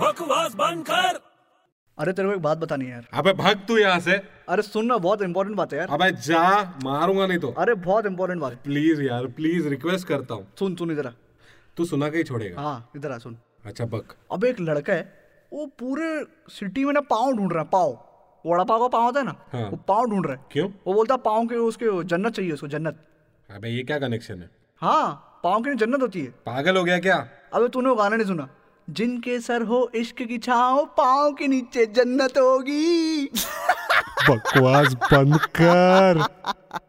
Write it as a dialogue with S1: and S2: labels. S1: बकवास बंद कर
S2: अरे तेरे को एक बात बतानी है यार
S3: अबे भाग तू यहाँ से
S2: अरे सुन ना बहुत इंपॉर्टेंट बात है यार
S3: अबे जा मारूंगा नहीं तो
S2: अरे बहुत इंपॉर्टेंट बात है
S3: प्लीज यार प्लीज रिक्वेस्ट करता हूँ
S2: सुन सुन इधर आ
S3: तू सुना के ही छोड़ेगा
S2: हाँ इधर आ सुन
S3: अच्छा बक
S2: अब एक लड़का है वो पूरे सिटी में ना पाव ढूंढ रहा है पाव वड़ा पाव का पाव होता है ना
S3: हाँ।
S2: वो पाव ढूंढ रहा है
S3: क्यों
S2: वो बोलता है पाव के उसके जन्नत चाहिए उसको जन्नत
S3: अबे ये क्या कनेक्शन है
S2: हाँ पाव के लिए जन्नत होती है
S3: पागल हो गया क्या
S2: अबे तूने वो गाना नहीं सुना जिनके सर हो इश्क की छाओ पाँव के नीचे जन्नत होगी
S4: बकवास बंद कर